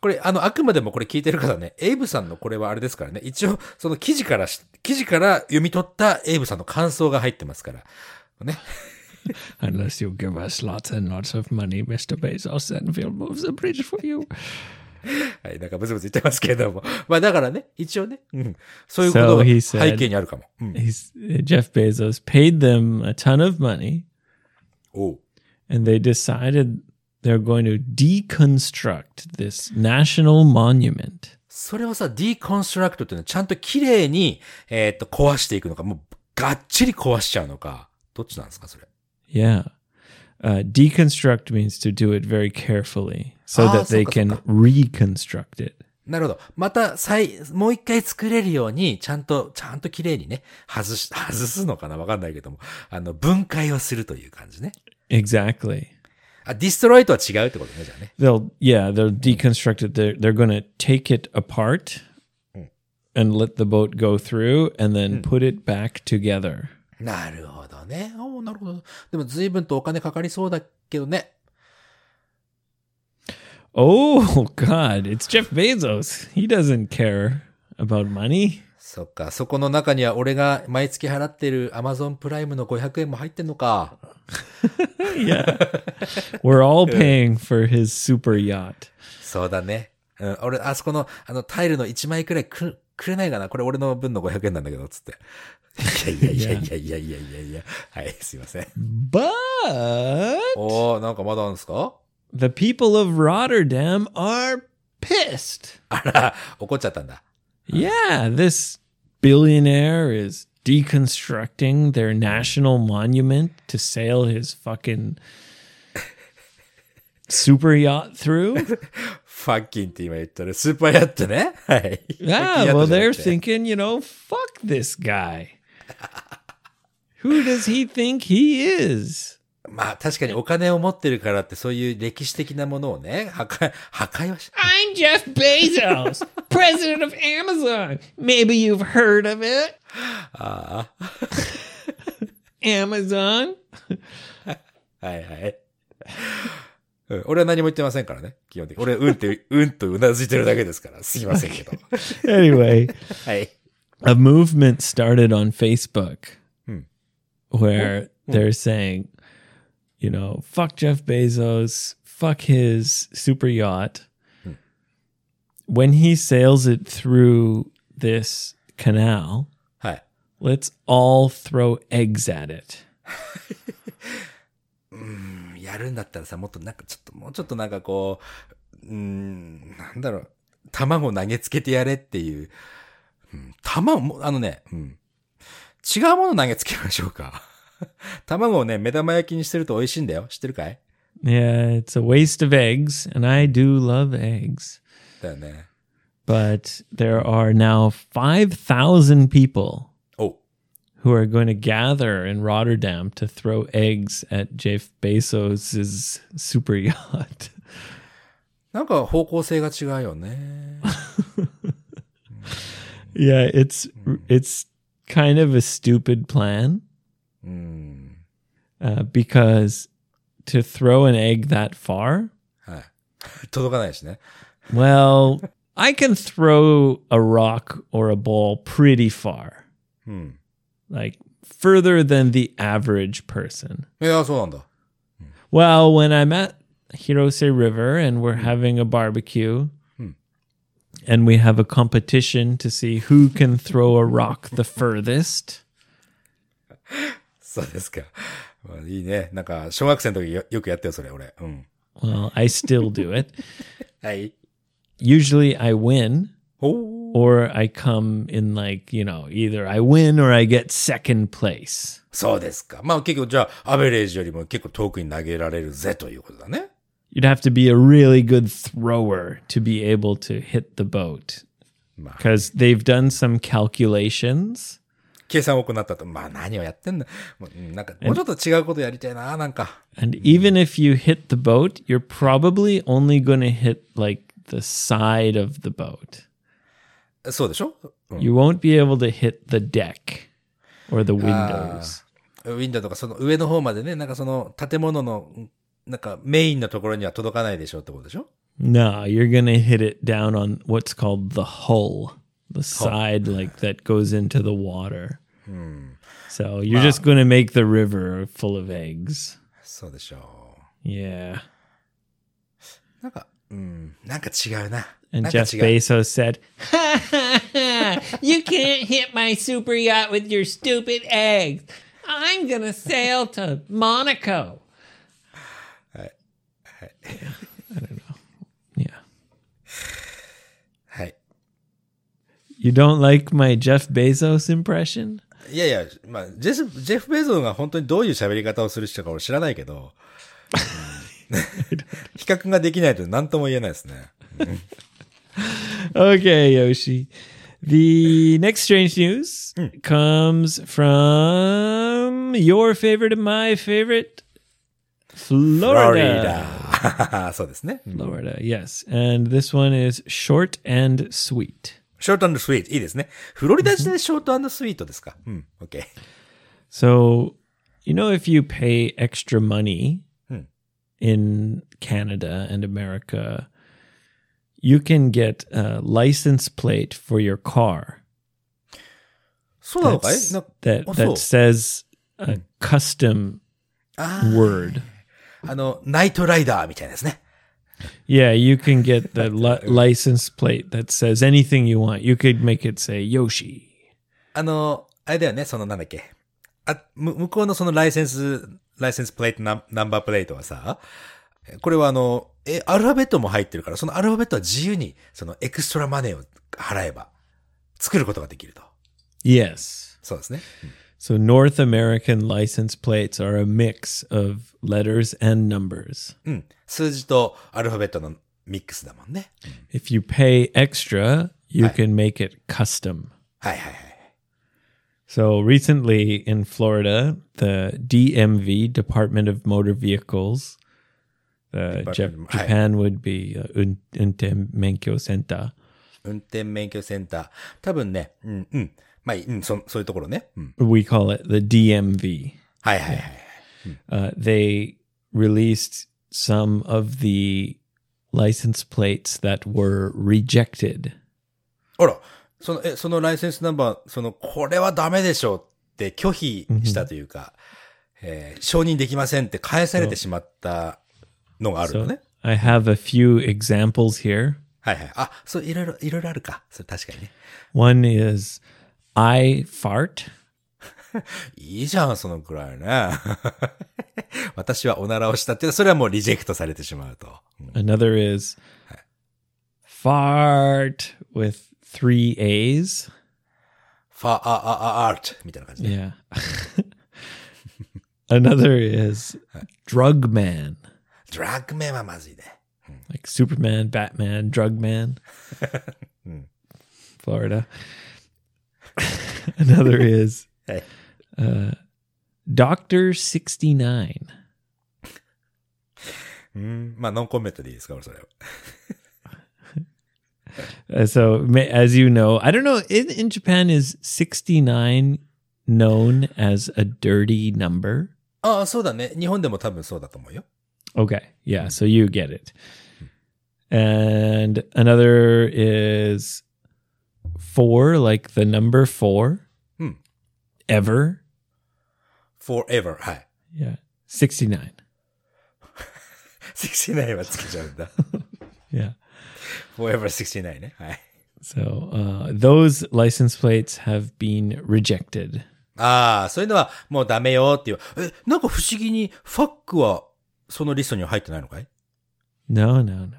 Speaker 1: これ、あの、あくまでもこれ聞いてる方ね、エイブさんのこれはあれですからね、一応、その記事からし、記事から読み取ったエイブさんの感想が入ってますから。ね。
Speaker 3: Unless you give us lots and lots of money, Mr. Bezos, then we'll move the bridge for you.
Speaker 1: はい、なんかブツブツ言ってますけれども。まあだからね、一応ね、うん。そういうことが
Speaker 3: So he
Speaker 1: 背
Speaker 3: said-
Speaker 1: 景にあるかも。うん。
Speaker 3: He's, uh, Jeff Bezos paid them a ton of money,
Speaker 1: おう
Speaker 3: and they decided they're going to deconstruct this national monument.
Speaker 1: それをさ、ディコンストラクトっていうのはちゃんと綺麗に、えーっと、壊していくのか、もう、がっちり壊しちゃうのか、どっちなんですか、それ。
Speaker 3: Yeah. Uh, deconstruct means to do it very carefully so
Speaker 1: Ah,
Speaker 3: that they
Speaker 1: soka,
Speaker 3: can
Speaker 1: soka.
Speaker 3: reconstruct it.
Speaker 1: なるほど。また、再、もう一回作れるように、ちゃんと、ちゃんと綺麗にね、外し、外すのかなわかんないけども、あの、分解をするという感じね。
Speaker 3: Exactly.
Speaker 1: あ、ディストロイとは違うってことね、じゃあね。
Speaker 3: They'll yeah, they'll deconstruct it. They're they're gonna take it apart and let the boat go through and then put it back together.
Speaker 1: なるほどね。おーなるほど。でも、随分とお金かかりそうだけどね。
Speaker 3: Oh god, it's Jeff Bezos. He doesn't care about money.
Speaker 1: そっか、そこの中には俺が毎月払ってる Amazon プライムの500円も入ってんのか。
Speaker 3: Yeah. We're all paying for his super yacht.
Speaker 1: そうだね。うん、俺、あそこの、あの、タイルの1枚くらいく、くれないかなこれ俺の分の500円なんだけど、つって。いやいやいやいや いやいやいやいや。はい、すいません。
Speaker 3: But
Speaker 1: おー、なんかまだあるんですか
Speaker 3: The people of Rotterdam are pissed.
Speaker 1: あら、怒っちゃったんだ。
Speaker 3: Yeah, this billionaire is deconstructing their national monument to sail his fucking super yacht through.
Speaker 1: ファッキンって今言ったら、スーパーヤットね。はい。ファ
Speaker 3: Yeah, well,
Speaker 1: ッキンヤッ
Speaker 3: they're
Speaker 1: トじゃなくて
Speaker 3: thinking, you know, fuck this guy. Who does he think he is?
Speaker 1: まあ確かにお金を持ってるからってそういう歴史的なものをね、破壊、破壊はし、
Speaker 3: I'm Jeff Bezos, president of Amazon. Maybe you've heard of it.
Speaker 1: あ
Speaker 3: Amazon.
Speaker 1: あ、はいはい。うん俺は何も言ってませんからね、基本的に。俺、うん って、うんとうなずいてるだけですから、すいません けど。
Speaker 3: Anyway,
Speaker 1: はい。
Speaker 3: a movement started on Facebook
Speaker 1: Hmm.
Speaker 3: where they're saying, you know, fuck Jeff Bezos, fuck his super yacht. When he sails it through this canal,
Speaker 1: はい。
Speaker 3: let's all throw eggs at it.
Speaker 1: うんやるんだったらさ、もっとなんかちょっと、もうちょっとなんかこう、うん、なんだろう、卵投げつけてやれっていう。うん、卵も、あのね、うん。違うもの投げつけましょうか。 卵をね、目玉焼きにしてると美味しいんだよ。知ってるかい
Speaker 3: Yeah, it's a waste of eggs, and I do love eggs.
Speaker 1: だよね。
Speaker 3: But there are now 5,000 people
Speaker 1: おう
Speaker 3: who are going to gather in Rotterdam to throw eggs at Jeff Bezos's super yacht.
Speaker 1: なんか方向性が違うよね。
Speaker 3: yeah, it's it's kind of a stupid plan
Speaker 1: うん。
Speaker 3: uh, because to throw an egg that far,
Speaker 1: はい。届かないしね。
Speaker 3: well, I can throw a rock or a ball pretty far,
Speaker 1: うん。
Speaker 3: like further than the average person.
Speaker 1: いや、そうなんだ。
Speaker 3: Well, when I'm at Hirose River and we're having a barbecue
Speaker 1: Hmm.
Speaker 3: and we have a competition to see who can throw a rock the furthest.
Speaker 1: そうですか。 まあいいね。なんか、小学生の時よよくやってよ、それ、俺。うん。
Speaker 3: Well, I still do it.
Speaker 1: はい。
Speaker 3: Usually I win
Speaker 1: おー
Speaker 3: or I come in like, you know, either I win or I get second place.
Speaker 1: そうですか。まあ結構じゃあ、アベレージよりも結構遠くに投げられるぜということだね。
Speaker 3: You'd have to be a really good thrower to be able to hit the boat
Speaker 1: まあ、
Speaker 3: because they've done some calculations.
Speaker 1: 計算多くなったと、まあ何をやってんだ。もううんなんか、もうちょっと違うことやりたいな、なんか。
Speaker 3: And even if you hit the boat, you're probably only going to hit like the side of the boat.
Speaker 1: そうでしょ、うん、
Speaker 3: You won't be able to hit the deck or the windows.
Speaker 1: ウィンドウとかその上の方までね、なんかその建物の、なんかメインのところには届かないでしょうってことでしょ
Speaker 3: No, you're going to hit it down on what's called the hull, the side like that goes into the water. So you're just going to make the river full of eggs.
Speaker 1: そうでしょ
Speaker 3: Yeah.
Speaker 1: う。なんか、うん、なんか違うな。
Speaker 3: And
Speaker 1: なんか
Speaker 3: Jeff
Speaker 1: 違う。
Speaker 3: Bezos said,
Speaker 4: you can't hit my super yacht with your stupid eggs. I'm going to sail to Monaco.
Speaker 3: Yeah.
Speaker 1: はい。
Speaker 3: You don't like my Jeff Bezos impression?
Speaker 1: いやいや、まあ、ジェフ、ジェフ・ベゾンが本当にどういう喋り方をする人か俺知らないけど、うん 比較ができないと何とも言えないですね。
Speaker 3: Okay, Yoshi. The next strange news
Speaker 4: Hmm.
Speaker 3: comes from your favorite and my favorite, Florida.
Speaker 1: ダ そうですね。うん
Speaker 3: Florida, yes. And this one is short and sweet.
Speaker 1: ショートスイート。いいですね。フロリダ時代ショートスイートですか。うん。オッケー。
Speaker 3: So, you know, if you pay extra money
Speaker 1: Hmm.
Speaker 3: in Canada and America, you can get a license plate for your car.
Speaker 1: そうなのかい
Speaker 3: that's-
Speaker 1: なんか
Speaker 3: that
Speaker 1: あ、そう
Speaker 3: that。says a custom
Speaker 1: あー
Speaker 3: word.
Speaker 1: あの、ナイトライダーみたいなですね。
Speaker 3: Yeah, you can get the li- license plate that says anything you want. You could make it say Yoshi.
Speaker 1: あの、あれだよね、そのなんだっけ。あ、む向こうのそのライセンス、ライセンスプレートナン、ナンバープレートはさ、これはあの、え、アルファベットも入ってるから、そのアルファベットは自由に、そのエクストラマネーを払えば、作ることができると。
Speaker 3: Yes.
Speaker 1: そうですね。
Speaker 3: So North American license plates are a mix of letters and numbers.
Speaker 1: うん。数字とアルファベットのミックスだもんね。
Speaker 3: If you pay extra, you
Speaker 1: Right.
Speaker 3: can make it custom.
Speaker 1: はいはいはい。
Speaker 3: So recently in Florida, the DMV, Department of Motor Vehicles, uh, Jap-
Speaker 1: Department- Hi.
Speaker 3: Japan would be uh, Un- Unten Menkyo Senta.
Speaker 1: 運転免許センター。多分ね、うんうん。まあいい、うん、そ、そういうところね。うん。
Speaker 3: We call it the DMV.
Speaker 1: はいはいはい。
Speaker 3: Uh, they released some of the license plates that were rejected.
Speaker 1: あら、その、え、そのライセンスナンバー、その、これはダメでしょうって拒否したというか、えー承認できませんって返されてしまったのがある
Speaker 3: So
Speaker 1: のね。
Speaker 3: I have a few examples here.
Speaker 1: はいはい。あ、そう、いろいろ、いろいろあるか。それ確かにね。
Speaker 3: One is I fart.
Speaker 1: いいじゃん、そのくらいね。 私はおならをしたって、それはもうリジェクトされてしまうと。うん、
Speaker 3: Another is fart with three A's.
Speaker 1: ファ、あ、あ、あ、アートみたいな感じね。
Speaker 3: Yeah. Another is drug man,
Speaker 1: ドラッグメンはまずいね。
Speaker 3: like Superman, Batman, drug man. Florida. Another is
Speaker 1: Hey.
Speaker 3: uh, Doctor 69.
Speaker 1: うん。まあ、ノンコメントでいいですか、俺それは。
Speaker 3: Uh, so, ma- as you know, I don't know, in, in Japan, is 69 known as a dirty number?
Speaker 1: ああ、そうだね。日本でも多分そうだと思うよ。
Speaker 3: Okay. Yeah. So you get it. And another is four, like the number four.
Speaker 1: Hmm.
Speaker 3: Ever.
Speaker 1: forever. はい。
Speaker 3: Yeah. 69.
Speaker 1: 69はつけちゃうんだ。
Speaker 3: Yeah.
Speaker 1: Forever 69ね。はい。
Speaker 3: So uh, those license plates have been rejected.
Speaker 1: ああ、そういうのはもうダメよっていう。え、なんか不思議にファックはそのリストには入ってないのかい
Speaker 3: No, no, no.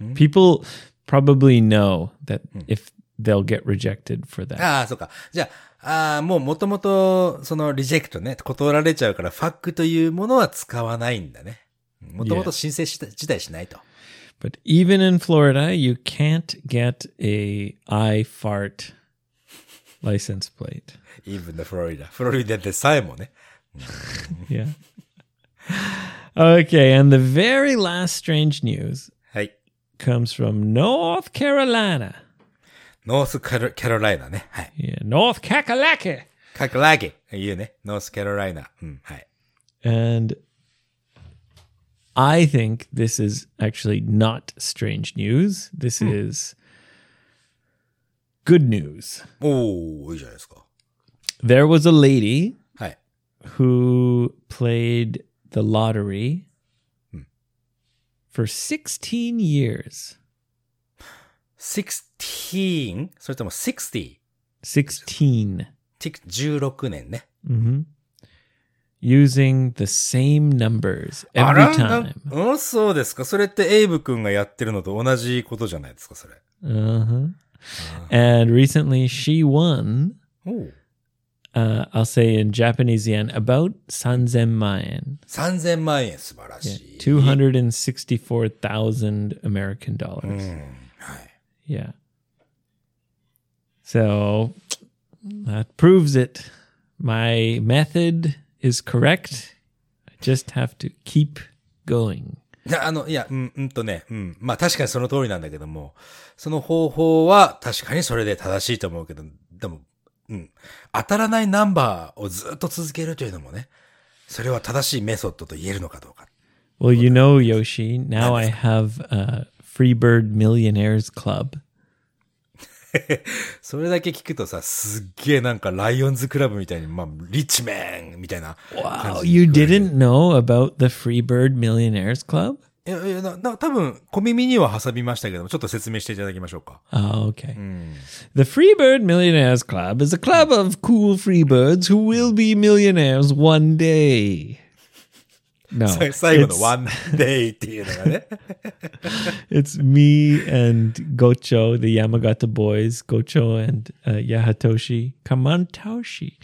Speaker 1: Hmm?
Speaker 3: People probably know that if they'll get rejected for that.
Speaker 1: ああ、そうか。じゃあ、ああ、もうもともとそのリジェクトね、断られちゃうからファックというものは使わないんだね。もともと申請した自体しないと。
Speaker 3: But even in Florida, you can't get a I fart license plate.
Speaker 1: even the Florida. フロリダでさえもね。
Speaker 3: Yeah. okay, and the very last strange news
Speaker 1: はい。
Speaker 3: comes from North Carolina.
Speaker 1: ノースカロカロライナね。はい。
Speaker 3: Yeah, North Kakalaki.
Speaker 1: カクラゲ言うね。ノースカロライナ。うん。はい。
Speaker 3: And I think this is actually not strange news. This is good news.
Speaker 1: おー、いいじゃないですか。
Speaker 3: There was a lady
Speaker 1: はい。
Speaker 3: who played the lottery for 16 years.
Speaker 1: 16? それとも 60?
Speaker 3: 16.
Speaker 1: 16年ね。
Speaker 3: hmm Using the same numbers
Speaker 1: あ
Speaker 3: every
Speaker 1: らな
Speaker 3: time.
Speaker 1: うん、そうですか。それってエイブ君がやってるのと同じことじゃないですか、それ。
Speaker 3: Uh-huh. And recently she won,
Speaker 1: おう
Speaker 3: uh, I'll say in Japanese yen, about sanzen mayen.
Speaker 1: 3000万円、素晴らしい。
Speaker 3: 264,000 American dollars.
Speaker 1: はい。
Speaker 3: Yeah. So that proves it. My method is correct. I just have to keep going.
Speaker 1: いやあの、いや、うん、うんとね、うん。まあ確かにその通りなんだけども、その方法は確かにそれで正しいと思うけど、でも、うん。当たらないナンバーをずっと続けるというのもね、それは正しいメソッドと言えるのかどうか。
Speaker 3: Well, you know, Yoshi, now I have a Freebird Millionaires Club.
Speaker 1: それだけ聞くとさ、すっげえなんかライオンズクラブみたいに、まあ、リッチメンみたいな。
Speaker 3: Wow, you didn't know about the Freebird Millionaires Club?
Speaker 1: いやいや、な、な多分、小耳には挟みましたけども、ちょっと説明していただきましょうか。
Speaker 3: Oh, okay. The Freebird Millionaires Club is a club of cool freebirds who will be millionaires one day. No.
Speaker 1: さ 最後の
Speaker 3: it's-
Speaker 1: 1 day っていうのが ね。
Speaker 3: It's me and Gocho, the Yamagata boys, Gocho and uh, Yahatoshi, Kamantoshi.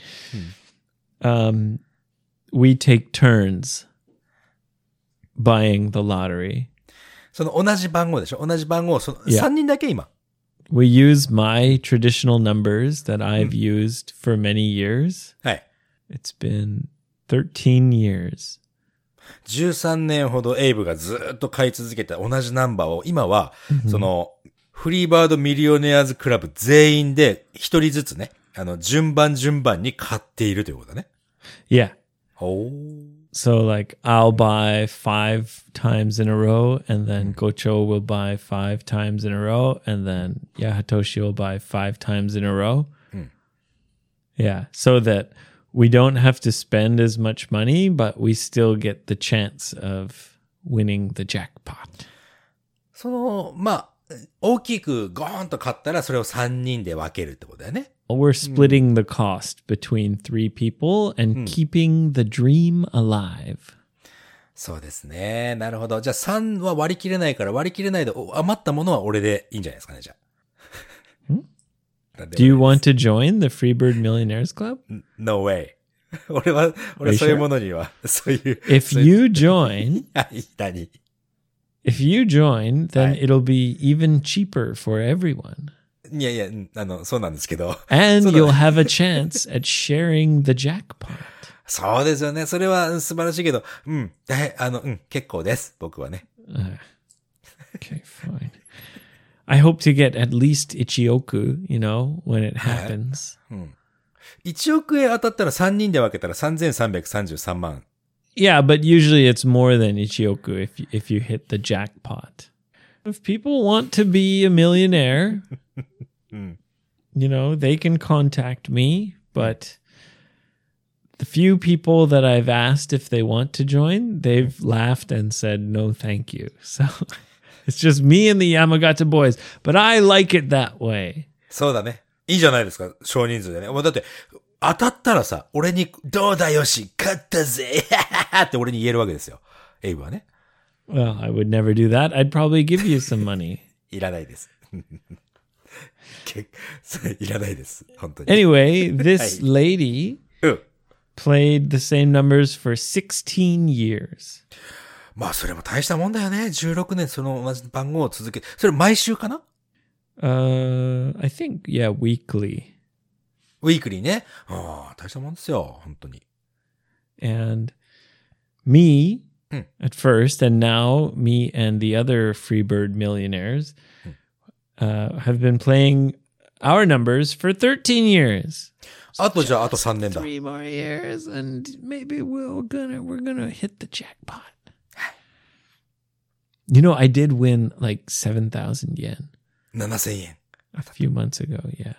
Speaker 3: Um, we take turns buying the lottery.
Speaker 1: その同じ番号でしょ同じ番号、その
Speaker 3: Yeah.
Speaker 1: 3人だけ今。
Speaker 3: We use my traditional numbers that I've used for many years.
Speaker 1: はい。
Speaker 3: It's been 13 years.
Speaker 1: 13年ほどエイブがずーっと買い続けた同じナンバーを今は、その、フリーバードミリオネアーズクラブ全員で一人ずつね、あの、順番順番に買っているということだね。
Speaker 3: Yeah.
Speaker 1: おー
Speaker 3: So like I'll buy five times in a row, and then Gocho will buy five times in a row, and then Yahatoshi will buy five times in a row. Yeah, so that we don't have to spend as much money, but we still get the chance of winning the jackpot.
Speaker 1: その、まあ、大きくゴーンと買ったらそれを3人で分けるってことだよね。
Speaker 3: We're splitting the cost between three people and keeping the dream alive.
Speaker 1: そうですね。なるほど。じゃあ3は割り切れないから割り切れないでお余ったものは俺でいいんじゃないですかね、じゃあ。
Speaker 3: Do you want to join the Freebird Millionaires Club?
Speaker 1: ?No way. 俺は、俺
Speaker 3: Are you
Speaker 1: そういう
Speaker 3: sure?
Speaker 1: ものには、 そういう。
Speaker 3: If
Speaker 1: そういう
Speaker 3: you join,
Speaker 1: はい、何
Speaker 3: If you join, then
Speaker 1: Right.
Speaker 3: it'll be even cheaper for everyone.
Speaker 1: いやいや、うんあの、そうなんですけど。
Speaker 3: And
Speaker 1: So the-
Speaker 3: you'll have a chance at sharing the jackpot.
Speaker 1: そうですよね。それはうん素晴らしいけど、うん、えあの、うん、結構です。僕はね。
Speaker 3: Uh, okay, fine. I hope to get at least Ichioku, you know, when it happens.
Speaker 1: 1億円当たったら3人で分けたら3333万。
Speaker 3: Yeah, but usually it's more than Ichioku if you, if you hit the jackpot. If people want to be a millionaire, you know, they can contact me, but the few people that I've asked if they want to join, they've laughed and said no thank you. So it's just me and the Yamagata boys, but I like it that way.
Speaker 1: そうだね。いいじゃないですか。少人数でね。もうだって、当たったらさ、俺に、どうだよし、勝ったぜ って俺に言えるわけですよ。エイブはね。
Speaker 3: Well, I would never do that. I'd probably give you some money.
Speaker 1: いらないです。 け そういらないです。本当に。
Speaker 3: Anyway, this lady
Speaker 1: うん。
Speaker 3: played the same numbers for 16 years.
Speaker 1: まあ、それも大したもんだよね。16年その同じ番号を続け、それ毎週かな
Speaker 3: Uh, I think, yeah, weekly.
Speaker 1: ウィークリーね。ああ、大したもんですよ。本当に。
Speaker 3: And me
Speaker 1: Mm.
Speaker 3: at first, and now me and the other Freebird millionaires uh, have been playing our numbers for 13 years.
Speaker 1: あとじゃあ、あと3年だ。
Speaker 3: Three more years, and maybe we're gonna we're gonna hit the jackpot. You know, I did win like seven thousand yen
Speaker 1: 7000円。
Speaker 3: a few months ago. Yeah.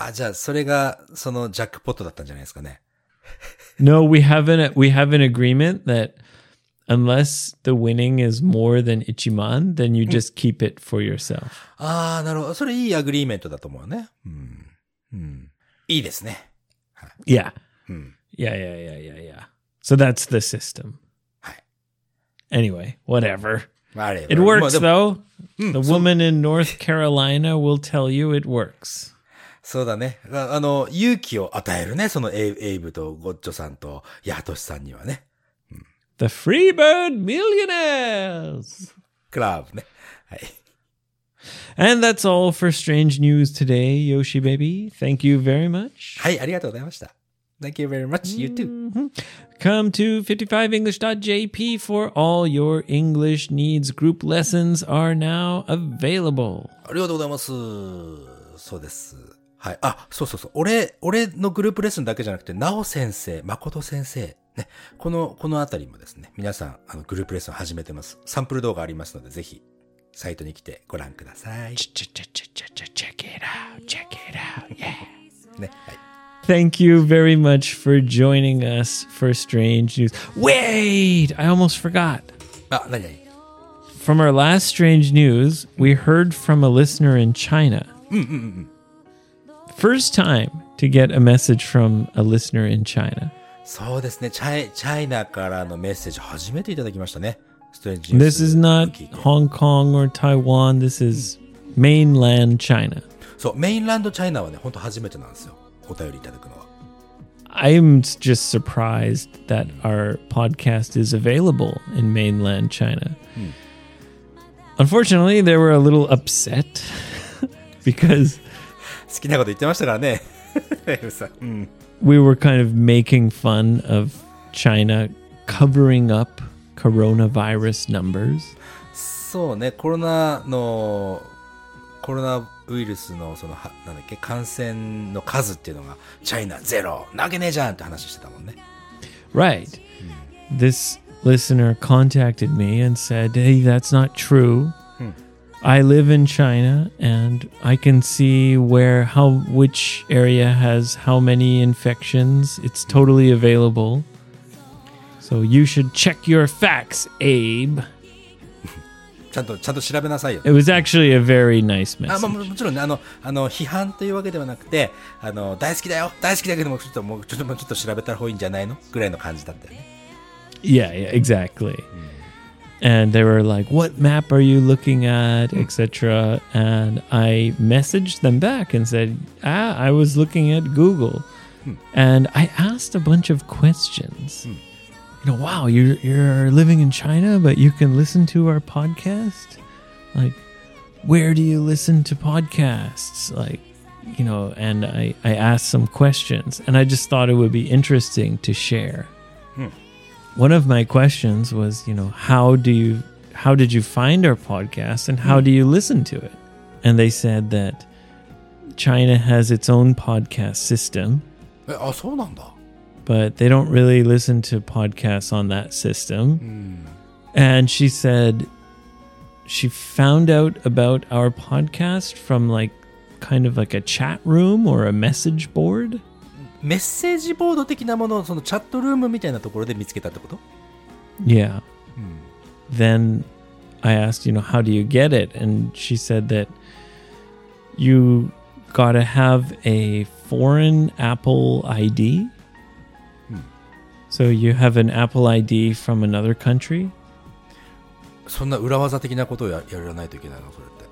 Speaker 1: あ、じゃあ、それが、そのジャックポットだったんじゃないですかね。
Speaker 3: No, we haven't. We have an agreement that unless the winning is more than Ichiman, then you just keep it for yourself.
Speaker 1: ああ、なるほど。それいいアグリーメントだと思うね。うん。うん。いいですね。
Speaker 3: Yeah.
Speaker 1: Hmm.
Speaker 3: Yeah, yeah, yeah, yeah, yeah. So that's the system.
Speaker 1: Hi.
Speaker 3: Anyway, whatever.
Speaker 1: あれ。
Speaker 3: It
Speaker 1: まあ
Speaker 3: works
Speaker 1: でも
Speaker 3: though. The woman in North Carolina will tell you it works.
Speaker 1: そうだね。ああの、勇気を与えるね。そのエイエイブとゴッチョさんとヤトシさんにはね。
Speaker 3: The Freebird Millionaires.
Speaker 1: クラブね。はい。
Speaker 3: And that's all for strange news today, Yoshi baby. Thank you very much.
Speaker 1: はい、ありがとうございました。Thank you very much. You too.
Speaker 3: Come to 55english.jp for all your English needs. Group lessons are now available.
Speaker 1: ありがとうございます。そうです。はい。あ、そうそうそう。俺、俺のグループレッスンだけじゃなくて、なお先生、誠先生、ね。この、このあたりもですね、皆さん、あの、グループレッスン始めてます。サンプル動画ありますので、ぜひ、サイトに来てご覧ください。
Speaker 3: Ch- ch- ch- ch- ch- ch- Check it out. Check it out. Yeah.
Speaker 1: ね。はい。
Speaker 3: Thank you very much for joining us for Strange News. Wait, I almost forgot.
Speaker 1: あ、なになに
Speaker 3: From our last Strange News, we heard from a listener in China. First time to get a message from a listener in China.
Speaker 1: そうですね。チャイ、チャイナからのメッセージ初めていただきましたね。ストレンジニュース
Speaker 3: This is not
Speaker 1: 聞いて
Speaker 3: Hong Kong or Taiwan. This is mainland China.
Speaker 1: そう、メインランドチャイナはね、ほんと初めてなんですよ。お便りいただくのは。
Speaker 3: I'm just surprised that our podcast is available in mainland China. Unfortunately, they were a little upset because
Speaker 1: 好きなこと言ってましたからね。 エルさん。
Speaker 3: we were kind of making fun of China covering up coronavirus numbers.
Speaker 1: そうね、コロナの、コロナウイルスの、その、はなんだっけ、感染の数っていうのが、チャイナゼロ、なわけねえじゃんって話してたもんね。
Speaker 3: Right. This listener contacted me and said, Hey, that's not true. I live in China and I can see where, how, which area has how many infections. It's totally available. So you should check your facts, Abe.
Speaker 1: ちゃんと、ちゃんと調べなさいよ。
Speaker 3: It was actually a very nice
Speaker 1: あ
Speaker 3: message.
Speaker 1: まあ、ももちろんねあのあの批判というわけではなくてあの大好きだよ大好きだけどもちょっともうちょっともうちょっと調べた方がいいんじゃないのぐらいの感じだったよね
Speaker 3: Yeah, yeah exactly. And they were like, "What map are you looking at?" etc. And I messaged them back and said, "Ah, I was looking at Google." And I asked a bunch of questions. You know, wow, you're you're living in China, but you can listen to our podcast? Like, where do you listen to podcasts? Like, you know, and I, I asked some questions and I just thought it would be interesting to share one of my questions was, you know, how do you how did you find our podcast and how do you listen to it? And they said that China has its own podcast system,
Speaker 1: えあそうなんだ
Speaker 3: but they don't really listen to podcasts on that system. And she said she found out about our podcast from like kind of like a chat room or a message board.
Speaker 1: メッセージボード的なものをそのチャットルームみたいなところで見つけたってこと
Speaker 3: Yeah. Then I asked, you know, how do you get it? And she said that you got to have a foreign Apple ID. So you have an Apple ID from another country?
Speaker 1: そんな裏技的なことをややらないといけないのそれって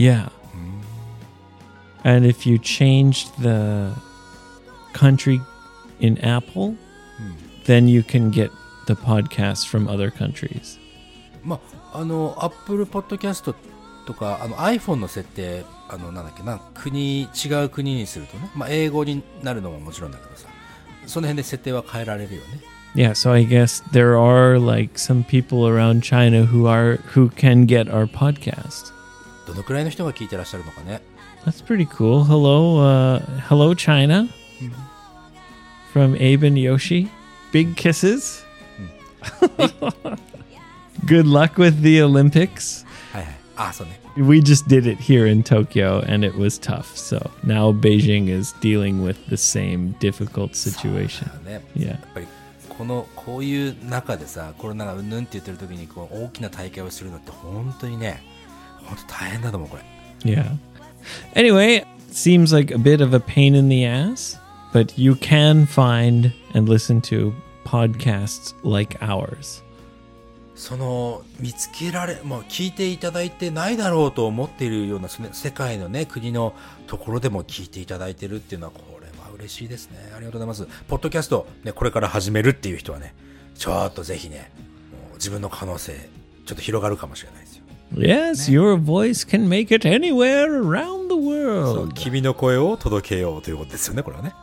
Speaker 3: Yeah. And if you changed the country in Apple, then you can get the podcast from other countries.
Speaker 1: まああのアップルポッドキャストとかあの iPhone の設定あのなんだっけな国違う国にするとね、まあ、英語になるのももちろんだけどさその辺で設定は変えられるよね
Speaker 3: Yeah, so I guess there are like some people around China who are who can get our podcast.
Speaker 1: どのくらいの人が聞いてらっしゃるのかね
Speaker 3: That's pretty cool. Hello, uh, hello China, from Abe and Yoshi. Big kisses. Good luck with the Olympics.
Speaker 1: はいはいあそうね
Speaker 3: We just did it here in Tokyo, and it was tough. So now Beijing is dealing with the same difficult situation.
Speaker 1: ね
Speaker 3: Yeah.
Speaker 1: やっぱりこのこういう中でさコロナがうんぬんって言ってる時にこう大きな大会をするのって本当にね本当大変だと思うこれ
Speaker 3: Yeah. Anyway, seems like a bit of a pain in the ass, but you can find and listen to podcasts like ours.
Speaker 1: その見つけられ、まあ、聞いていただいてないだろうと思っているようなその世界のね国のところでも聞いていただいてるっていうのはこれは嬉しいですねありがとうございますポッドキャスト、ね、これから始めるっていう人はねちょっとぜひねもう自分の可能性ちょっと広がるかもしれないですよ
Speaker 3: Yes, your voice can make it anywhere around the
Speaker 1: そう
Speaker 3: world.
Speaker 1: 君の声を届けようということですよねこれはね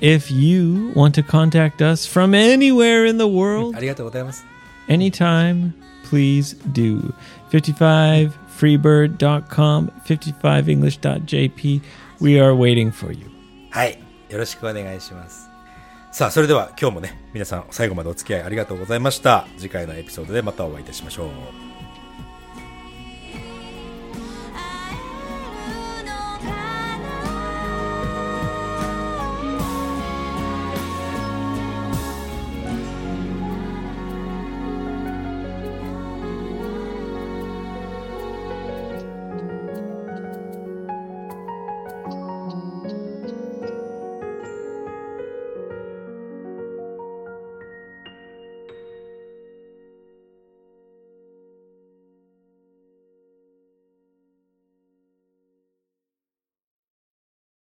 Speaker 3: If you want to contact us from anywhere in the world,
Speaker 1: ありがとうございます
Speaker 3: anytime, please do. 55freebird.com, 55english.jp. We are waiting for you.
Speaker 1: はい。よろしくお願いします。さあ、それでは今日もね、皆さん最後までお付き合いありがとうございました。次回のエピソードでまたお会いいたしましょう。